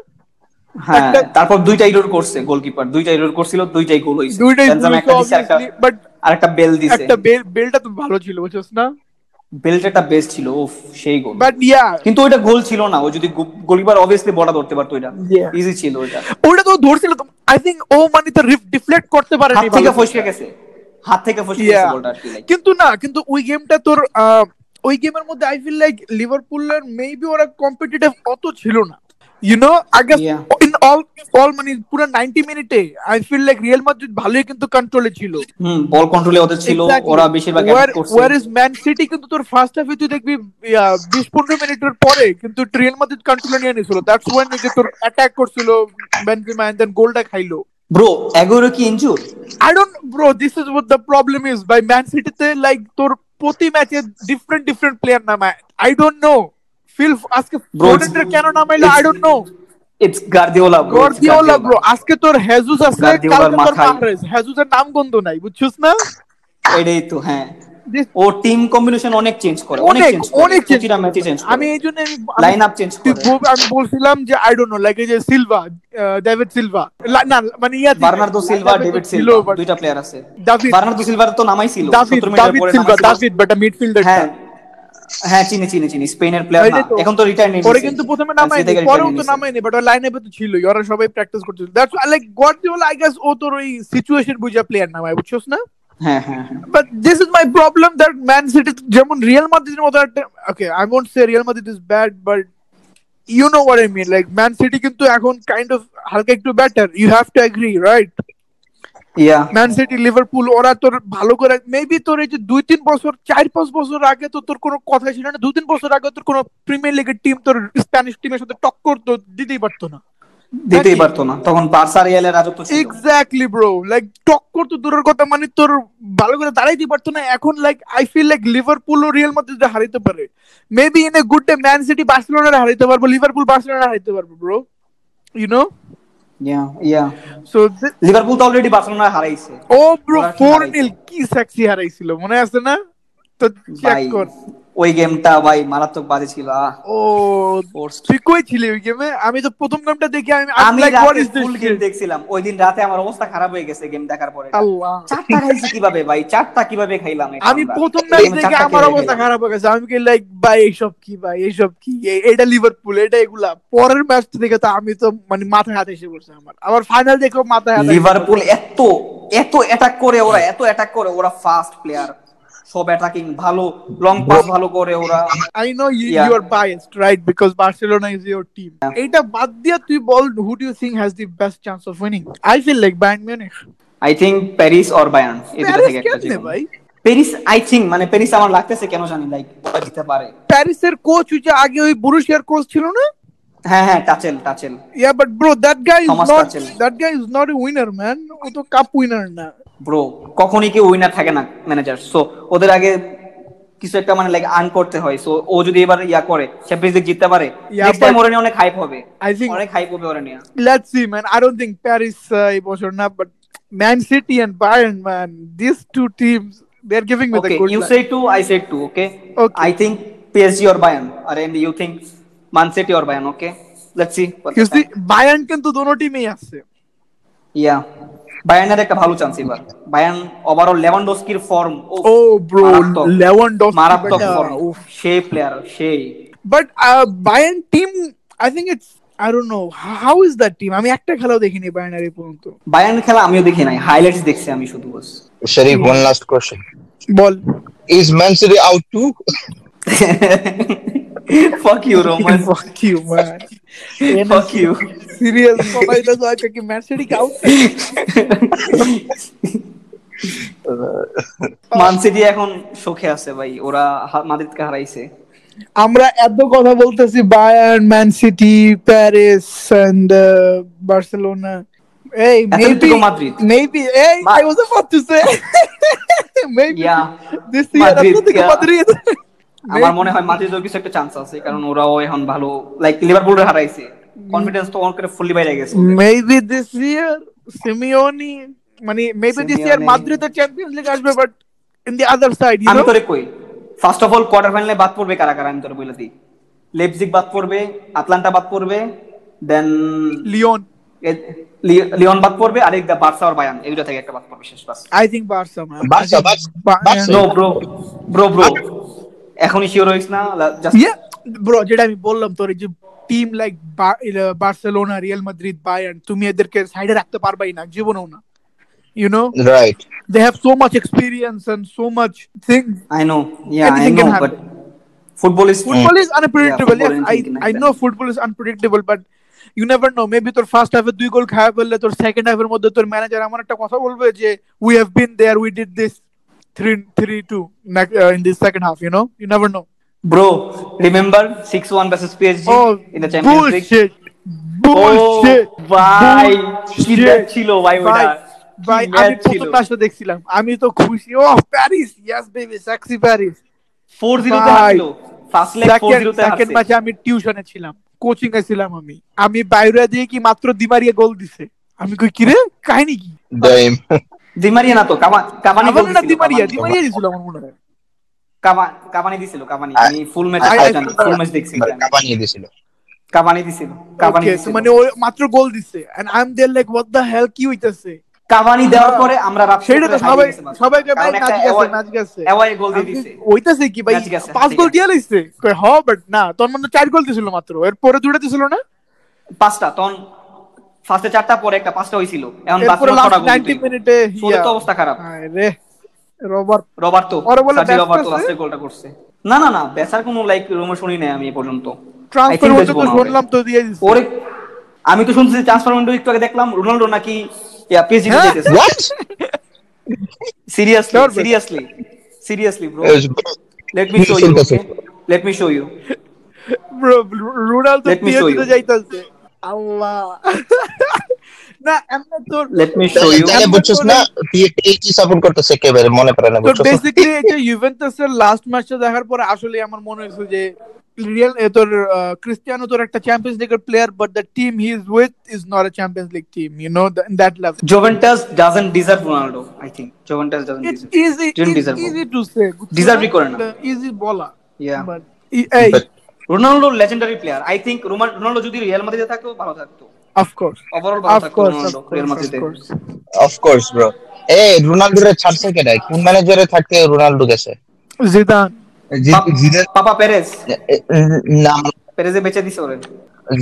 S3: হ্যাঁ
S1: একটা-
S3: তারপর দুইটা এরর করছে গোলকিপার দুইটা এরর করছিল দুইটাই গোল হইছে
S1: দুইটাই
S3: বেনজামা একটা দিছে একটা
S1: বাট
S3: আর একটা বেল দিছে
S1: একটা বেল বেলটা তো ভালো ছিল বুঝছস না
S3: বেলটা একটা বেস ছিল উফ সেই গোল
S1: বাট ইয়া
S3: কিন্তু ওইটা গোল ছিল না ও যদি গোলিবার অবভিয়াসলি বড়া ধরতে পারতো এটা
S1: Yeah.
S3: ইজি ছিল ওটা
S1: ওটা তো ধরছিল আই থিংক ও মানে তো রিফ্লেক্ট করতে পারে
S3: হাত থেকে ফসকে গেছে হাত থেকে ফসকে গেছে বলটা আর কি like।
S1: কিন্তু না কিন্তু ওই গেমটা তোর আহ, ওই গেমের মধ্যে আই ফিল লাইক লিভারপুলের মেবি ওরা কম্পিটিটিভ অত ছিল না ইউ নো আগে
S3: Yeah.
S1: ইন অল অল মানে পুরো 90 মিনিটে I feel like Real Madrid ভালোই কিন্তু কন্ট্রোলে ছিল
S3: হুম বল কন্ট্রোলে ওদের ছিল ওরা বেশিরভাগ attack করছে।
S1: ওয়ার ইজ ম্যান সিটি কিন্তু তোর ফার্স্ট হাফে তুই দেখবি আহ, 20 15 মিনিটের পরে কিন্তু রিয়াল মাদ্রিদ কন্ট্রোলে নিয়ে নিছিল দ্যাটস ওয়েন যে তোর অ্যাটাক করছিল বেনজেমা এন্ড দেন গোলটা খাইলো
S3: ব্রো অ্যাগুয়েরো কি injury
S1: I don't bro this is what the problem is by man সিটিতে লাইক তোর প্রতি ম্যাচে ডিফারেন্ট ডিফারেন্ট প্লেয়ার নামায় আই ডোন্ট নো ফিল আজকে
S3: Bro,
S1: ফ্লোরেন্টের কেন নামাইলো I don't know
S3: it's Guardiola bro
S1: Guardiola bro আজকে তোর হেজুস আছে
S3: Guardiola-র
S1: কালকে তোর
S3: মাথায়।
S1: মাহরেজ হেজুসের নাম গন্ধ নাই বুঝছিস না
S3: এটাই তো হ্যাঁ
S1: This-
S3: ও টিম কম্বিনেশন অনেক চেঞ্জ করে অনেক
S1: অনেক
S3: চেঞ্জ করে
S1: অনেক চেঞ্জ
S3: প্রতিটা ম্যাচে চেঞ্জ
S1: আমি
S3: আমি
S1: এই জন্য আমি- আমি-
S3: লাইনআপ চেঞ্জ
S1: তুই
S3: করে
S1: বল- আমি বলছিলাম যে আই ডোন্ট নো লাইক এই যে সিলভা ডেভিড সিলভা না মানে ইয়া ছিল।
S3: বার্নার্দো সিলভা ডেভিড
S1: ছিল,
S3: সিলভা
S1: but-
S3: দুইটা প্লেয়ার আছে
S1: দাভিদ-
S3: বার্নার্দো সিলভার তো নামাই ছিল
S1: দাভিদ
S3: 70 মিনিটের
S1: দাভিদ
S3: পরে
S1: সিলভা
S3: নামাইছিল।
S1: দাভিদ বাট মিডফিল্ডার
S3: হ্যাঁ হ্যাঁ চিনি চিনি চিনি স্পেনের প্লেয়ার না
S1: এই যে তো-
S3: এখন তো রিটায়ার নিয়ে
S1: ওরা
S3: নিছে।
S1: কিন্তু প্রথমে
S3: Man
S1: নামায়নি
S3: City থেকে
S1: পরেও
S3: retire
S1: তো
S3: নিছে।
S1: নামায়নি বাট ওর লাইন আপে তো ছিলই ওরা সবাই প্র্যাকটিস করছিল that's like god the I guess ও তোর ওই সিচুয়েশন বুঝা প্লেয়ার নামায় বুঝছস না
S3: হ্যাঁ হ্যাঁ হ্যাঁ।
S1: But this is my problem that Man City যেমন রিয়াল মাদ্রিদের মতো একটা okay I won't say Real Madrid is bad but you know what I mean like Man City কিন্তু এখন কাইন্ড অফ হালকা একটু better you have to agree right
S3: Yeah.
S1: Man City Liverpool ওরা তোর ভালো করে মেবি তোর এই যে দুই তিন বছর চার পাঁচ বছর আগে তো তোর কোনো কথা ছিল না দুই তিন বছর আগে তোর কোনো প্রিমিয়ার লিগের টিম তোর স্প্যানিশ টিমের সাথে টক্কর তো দিতেই পারতো না
S3: দিতেই পারতো না তখন বার্সা রিয়ালের রাজত্ব ছিল
S1: এক্স্যাক্টলি ব্রো লাইক টক্কর তো দূরের কথা মানে তোর ভালো করে দাঁড়াইতে পারতো না এখন like I feel like Liverpool ও রিয়াল মাদ্রিদ হারাইতে পারে maybe in a good day Man City Barcelona হারাইতে পারবো লিভারপুল বার্সেলোনা হারাইতে পারবো bro you know
S3: yeah yeah
S1: so
S3: Liverpool তো অলরেডি বার্সেলোনা হারাইছে
S1: ও ব্রো
S3: ওরা কি
S1: ফোর
S3: হারাইছে?
S1: নীল কি স্যাক্সি হারাইছিল মনে আছে না তো চেক
S3: ভাই
S1: কর
S3: ওই গেমটা ভাই মারাত্মক বাজে ছিল আহ
S1: ও
S3: forced.
S1: তুই কই ছিলি ওই গেমে আমি তো প্রথম গেমটা দেখি আমি
S3: আমি
S1: লাইক হোয়াট
S3: রাতে
S1: ইজ দিস
S3: ফুল গেম দেখছিলাম ওই দিন রাতে আমার অবস্থা খারাপ হয়ে গেছে গেম দেখার পরে
S1: আল্লাহ
S3: চারটা খাইছি কিভাবে ভাই চারটা কিভাবে খাইলাম এটা
S1: আমি
S3: আমরা?
S1: প্রথম ম্যাচ
S3: আমি
S1: দেখে
S3: চারটা
S1: আমার
S3: খেয়ে
S1: অবস্থা
S3: গেলাম।
S1: খারাপ হয়ে গেছে আমি কি লাইক ভাই এইসব কি ভাই এইসব কি এ- এটা লিভারপুল এটা এগুলা পরের ম্যাচ দেখে তো আমি তো মানে মাথায় হাতে এসে পড়ছে আমার আবার ফাইনাল দেখেও মাথায় হাতে
S3: লিভারপুল এত এত অ্যাটাক করে ওরা এত অ্যাটাক করে ওরা ফাস্ট প্লেয়ার সব অ্যাটাকিং ভালো লং পাস ভালো করে ওরা
S1: I know you
S3: Yeah.
S1: You are biased right because Barcelona is your team এটা বাদ দিয়ে তুই বল who do you think has the best chance of winning I feel like Bayern Munich
S3: I think Paris or Bayern এই দুটো
S1: Paris
S3: থেকে একটা
S1: কেমনে ভাই
S3: প্যারিস আই থিংক মানে প্যারিস আমার লাগতেছে কেন জানি লাইক দিতে পারে
S1: প্যারিসের কোচ ওই যে আগে ওই বুরুশিয়ার কোচ ছিল না
S3: হ্যাঁ হ্যাঁ টাচেল টাচেল
S1: Yeah, but bro, that guy is
S3: Thomas
S1: not
S3: Tuchel.
S1: that guy is not a winner, man. ও তো কাপ উইনার না
S3: ব্রো কখনই কি উইনার থাকে না ম্যানেজার সো ওদের আগে কিছু একটা মানে লাইক আর্ন করতে হয় সো ও যদি এবার ইয়া করে চ্যাম্পিয়ন্স লিগ জিততে পারে
S1: Yeah,
S3: নেক্সট টাইম
S1: but-
S3: ওরে নিয়ে অনেক হাইপ হবে
S1: I think-
S3: অনেক হাইপ হবে ওরে নিয়ে
S1: Let's see, man. I don't think Paris uh, এই বছর না, but Man City and Bayern, man, these two teams, they're giving me
S3: okay
S1: the good
S3: you
S1: luck.
S3: say two i said two okay
S1: Okay.
S3: i think psg or bayern or and you think man city or bayern okay let's see what
S1: You
S3: the
S1: see,
S3: time.
S1: Bayern কিন্তু দোনো টিমেই আছে।
S3: yeah বায়ার্নের একটা ভালো chance এবার Bayern overall লেভানডস্কির form
S1: ও
S3: Oh,
S1: bro
S3: মারাত্মক।
S1: Lewandowski
S3: মারাত্মক
S1: uh,
S3: ফর্ম সেই প্লেয়ার সেই
S1: but Bayern team I think it's I don't know how is that team আমি একটা খেলাও দেখিনি বায়ার্ন এর এই পর্যন্ত
S3: বায়ার্ন খেলা আমিও দেখি নাই হাইলাইটস দেখছি আমি শুধু boss
S2: Sharif, one last question.
S1: বল
S2: Is Man City out too?
S3: fuck you roman
S1: fuck you man
S3: fuck you
S1: serious সবাই তো আজকে কি ম্যান সিটি কে out
S3: মান সিটি এখন শোকে আছে ভাই ওরা হা- মাদ্রিদকে হারাইছে
S1: আমরা এত কথা বলতেছি Bayern Man City Paris and Barcelona uh, এই মেবি
S3: Atletico Madrid.
S1: মেবি এই
S3: Ma-
S1: I was about to say maybe
S3: Yeah.
S1: This year
S3: Madrid,
S1: Atletico
S3: yeah.
S1: Madrid
S3: আমার মনে হয় মাদ্রিদের কিছু একটা চান্স আছে কারণ ওরাও এখন ভালো লাইক লিভারপুলের হারাইছে কনফিডেন্স তো অনেক ফুললি বাইরে গেছে ওদের।
S1: মেবি দিস ইয়ার সিমিওনি মানে মেবি দিস ইয়ার
S3: Simeone.
S1: মাদ্রিদের চ্যাম্পিয়ন্স লিগ আসবে but in the other side you
S3: আমি
S1: নো
S3: তোরে কই ফার্স্ট অফ অল কোয়ার্টার ফাইনালে বাদ পড়বে কারা কারা আমি তোরে বলে দিই লেপজিগ বাদ পড়বে আটলান্টা বাদ পড়বে দেন
S1: লিওন
S3: এ- লি- লিওন বাদ পড়বে আর এক বার্সা আর বায়ান এই দুটা থেকে একটা বাদ পড়বে শেষ বাস
S1: I think Barca, man.
S2: Barca,
S1: I think
S2: Barca, Barca.
S3: No bro bro bro এখনই শিওর হইস না জাস্ট
S1: Yeah, bro, যেটা আমি বললাম তোর এই যে team like Barcelona Real Madrid Bayern তুমি এদেরকে সাইডে রাখতে পারবাই না জীবনেও না you know
S2: Right.
S1: They have so much experience and so much thing
S3: I know. Yeah,
S1: Anything
S3: I
S1: can
S3: know. But
S1: happen.
S3: football is
S1: football is unpredictable
S3: Yeah, football
S1: I
S3: anything can
S1: I
S3: happen.
S1: Know football is unpredictable but you never know maybe তোর first হাফে দুই গোল খায় বললে তোর second হাফের মধ্যে তোর manager এমন একটা কথা বলবে যে we have been there we did this three three two in this second half you know you never know
S3: bro. Remember six one versus PSG
S1: Oh,
S3: in the Champions League.
S1: bullshit. Bullshit.
S3: Oh, ভাই কি
S1: Bullshit.
S3: match ছিল ভাই ওটা
S1: ভাই, ভাই,
S3: কি
S1: আমি
S3: match
S1: প্রথম
S3: ছিল?
S1: matchটা দেখছিলাম আমি তো খুশি ও Paris yes baby sexy Paris
S3: 4-0 তে
S1: ভাই।
S3: হারছিল ফার্স্ট লেগ 4-0 তে
S1: সেকেন্ড
S3: হারছে
S1: ম্যাচে আমি টিউশনে ছিলাম কোচিং এ ছিলাম আমি আমি বাইরে দিয়ে কি মাত্র দিমারিয়া গোল দিছে আমি কই কিরে কাহিনী কি
S2: Damn.
S3: দিমারিয়া না তো কামা- কাভানি
S1: আমার
S3: goal
S1: না
S3: দিছিল,
S1: দিমারিয়া
S3: কাভানি।
S1: দিমারিয়া দিছিল আমার মনে হয়
S3: কাভা- কাভানি দিছিল কাভানি
S2: I-
S3: আমি ফুল ম্যাচ
S1: I- I-
S3: জানি ফুল ম্যাচ দেখছি
S2: কাবানি দিছিল
S3: কাভানি দিছিল কাভানি
S1: Okay, so
S3: দিছিল
S1: মানে ও মাত্র গোল দিছে and I am there like what the hell কি হইতাছে
S3: কাভানি দেওয়ার পরে আমরা রাত
S1: হ্যাঁ, সেটা তো সবাই সবাই কয় ভাই ম্যাচ গেছে
S3: সবাই
S1: ম্যাচ গেছে
S3: অ্যাওয়ার্ড গোল দিয়ে দিছে
S1: ওইটাছে কি ভাই
S3: Match গেছে,
S1: পাঁচ
S3: ঠিক
S1: গোল
S3: আছে।
S1: দিয়া লাইছে কই হ বাট না তোর মনে হয় চার গোল দিছিল মাত্র এরপরে দুইটা দিছিল না
S3: পাঁচটা তখন ফার্স্টে চারটা পরে একটা পাঁচটা হয়েছিল এখন
S1: এরপরে
S3: বার্সেলোনা ছটা
S1: লাস্ট
S3: গোল
S1: 90
S3: দিল।
S1: মিনিটে
S3: চোটের তো অবস্থা
S1: হ্যাঁ।
S3: খারাপ
S1: রে রবার্ট
S3: রবার্তো
S1: ওরা বলে
S3: সার্জি
S1: ব্যস্ত
S3: রবার্তো
S1: আছে।
S3: লাস্টে গোলটা করছে না না না বেসার কোনো লাইক রুমে শুনি নাই আমি এ পর্যন্ত I
S1: ট্রান্সফার
S3: think
S1: হতে
S3: বেচবো
S1: তো
S3: না ওরে।
S1: শুনলাম তো দিয়ে দিছে
S3: ওরে আমি তো শুনছি ট্রান্সফার উইন্ডো একটু আগে দেখলাম রোনাল্ডো নাকি পিএসজি
S1: হ্যাঁ?
S3: যেতেছে
S2: What?
S3: Seriously
S1: Sure, bro.
S3: Seriously seriously bro
S2: Yes,
S3: let me show you let me show you
S1: bro Ronaldo
S3: Let me
S1: দিয়ে
S3: show
S1: দিতে
S3: you.
S1: যাইতাছে আল্লাহ না এমনি তোর
S3: লেট মি শো ইউ
S2: তাহলে বুঝছস না পিএইচজি সাপোর্ট করতেছে একেবারে মনে পড়ে না
S1: তো
S2: বুঝছস
S1: বেসিক্যালি এই যে ইউভেন্টাসের লাস্ট ম্যাচটা দেখার পরে আসলে আমার মনে হয়েছে যে রিয়েল তোর আহ, ক্রিস্টিয়ানো তোর একটা চ্যাম্পিয়ন্স লিগের player but the team he is with is not a Champions League team you know that level
S3: Juventus doesn't deserve Ronaldo I think Juventus doesn't
S1: it's
S3: deserve
S1: easy
S3: Didn't deserve
S1: easy to say
S3: Deserve-ই করে না।
S1: Easy বলা
S3: yeah
S1: but এই
S2: But-
S3: Ronaldo legendary player I think Ronaldo যদি Real মাদ্রিদে থাকতো ভালো থাকতো
S1: অফ কোর্স
S3: ওভারঅল ভালো
S1: অফ
S3: থাকতো
S1: কোর্স
S3: রোনাল্ডো রিয়াল
S1: অফ
S3: মাদ্রিদে
S1: কোর্স
S2: অফ কোর্স ব্রো এ রোনাল্ডো রে ছাড়ছে কেডা কোন ম্যানেজারে থাকতে রোনাল্ডো গেছে
S1: জিদান
S2: জি- জিদান
S3: পাপা পেরেজ
S2: না
S3: পেরেজে বেঁচে দিছে ওরে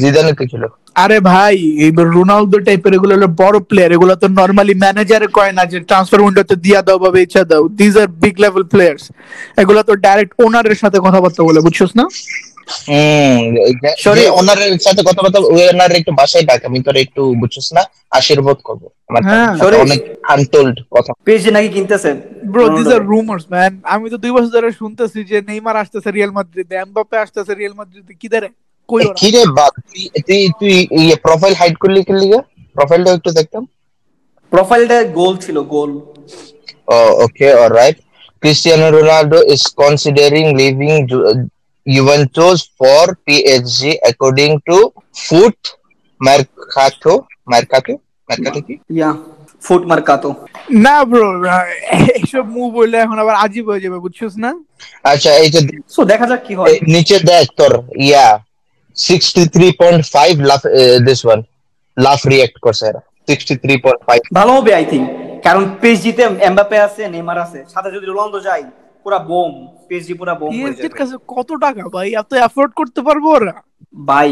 S2: জিদানের কি ছিল
S1: আরে ভাই এবার রোনালদো টাইপের এগুলো হলো বড় প্লেয়ার এগুলো তো নরমালি ম্যানেজার কয় না যে ট্রান্সফার উইন্ডোতে দিয়া দাও বা বেচা দাও these are big level players এগুলো তো ডাইরেক্ট ওনারের সাথে কথাবার্তা বলে বুঝছস না
S2: হুম যে- যে ওনারের সাথে কথাবার্তা ওই ওনার একটু বাসায় ডাক আমি তোর একটু বুঝছস না আশীর্বাদ করবো আমার
S1: হ্যাঁ।
S2: সাথে অনেক আনটোল্ড কথা
S3: পেজে নাকি কিনতেছেন
S1: bro these are rumours man আমি তো দুই বছর ধরে শুনতেছি যে নেইমার আসতেছে রিয়াল মাদ্রিদে এমবাপ্পে আসতেছে রিয়াল মাদ্রিদে কি দাঁড়ে কই ওরা
S2: কি রে বাপ তুই- তুই তুই ইয়ে প্রোফাইল হাইড করলি কি লিগে প্রোফাইলটা একটু দেখতাম
S3: প্রোফাইলটা গোল ছিল goal
S2: Oh, okay, all right. Cristiano Ronaldo is considering leaving Ju- Juventus for PSG, according to Foot Mercato. Mercato? Mercato কি?
S3: ইয়া ফুট মার্কাতো
S1: না ব্রো এইসব মুভ বললে এখন আবার আজীব হয়ে যাবে বুঝছস না
S2: আচ্ছা এই যে
S3: সো দেখা যাক কি হয়
S2: এই নিচে দেখ তোর yeah sixty three point five love this one love react করছে এরা সিক্সটি থ্রি পয়েন্ট ফাইভ
S3: ভালো হবে আই থিঙ্ক কারণ পেজজিতে এমবাপে আছে নেইমার আছে সাথে যদি রোনাল্ডো যায় পুরা বোম পেজজি পুরা বোম হয়ে
S1: পিএসজির
S3: যাবে
S1: কাছে কত টাকা ভাই এত এফোর্ড করতে পারবো ওরা
S3: ভাই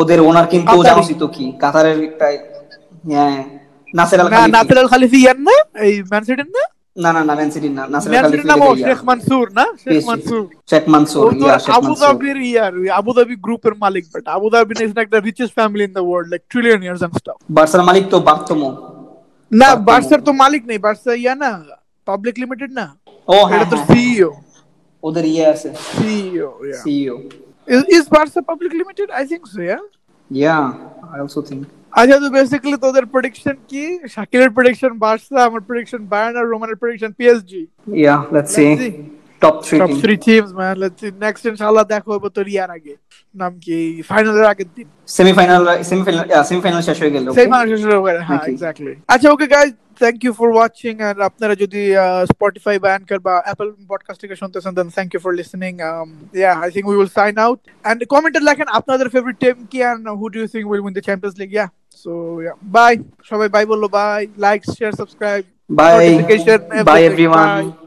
S3: ওদের ওনার কিন্তু
S1: কাতারি।
S3: জানো তো কি কাতারের একটা হ্যাঁ নাসের আল
S1: না
S3: খালিফি।
S1: নাতেরাল খালিফি ইয়ার না এই ম্যান সিটির না
S3: না না না ম্যানসিটির না নাসের আল খালিফি
S1: ম্যানসিটির নাম ও
S3: যেটা
S1: শেখ
S3: ইয়া।
S1: মানসুর না Sheikh
S3: PSG
S1: Mansour
S3: Sheikh Mansour
S1: ও তো
S3: ইয়া শেখ
S1: আবু
S3: মানসুর
S1: ধাবির ইয়ার আবু ধাবি গ্রুপের মালিক but Abu Dhabi is like the richest family in the world like trillionaires and stuff
S3: বার্সার মালিক তো বার্তমো
S1: না
S3: তারপর-
S1: বার্সার তো মালিক নেই বার্সা ইয়া না পাবলিক লিমিটেড না
S3: ও হ্যাঁ
S1: এটা তো
S3: Oh, হ্যাঁ,
S1: সিইও
S3: ওদের ইয়ে আছে
S1: CEO yeah
S3: CEO
S1: is Barca public limited I think so yeah
S3: yeah I also think
S1: আচ্ছা তো বেসিক্যালি তোদের প্রেডিকশন কি শাকিলের প্রেডিকশন বার্সা আমার প্রেডিকশন বায়ার্ন আর রোমানের prediction PSG
S3: yeah let's see top three
S1: top three teams man let's next ইনশাআল্লাহ দেখা হবে তোর ইয়ার আগে নাম কি ফাইনালের আগের দিন
S3: সেমিফাইনাল সেমিফাইনাল সেমিফাইনাল শেষ হয়ে গেল
S1: সেই মানুষের সাথে ওখানে, হ্যাঁ
S3: Okay.
S1: এক্স্যাক্টলি আচ্ছা okay guys thank you for watching আর আপনারা যদি স্পটিফাই বা অ্যানকার বা অ্যাপল পডকাস্ট থেকে শুনতেছেন then thank you for listening yeah I think we will sign out and কমেন্টে লেখেন আপনাদের ফেভারিট টিম কি and who do you think will win the Champions League yeah so bye সবাই bye বললো bye like share subscribe
S3: bye
S1: notification,
S3: bye
S1: everything.
S3: Everyone
S1: Bye.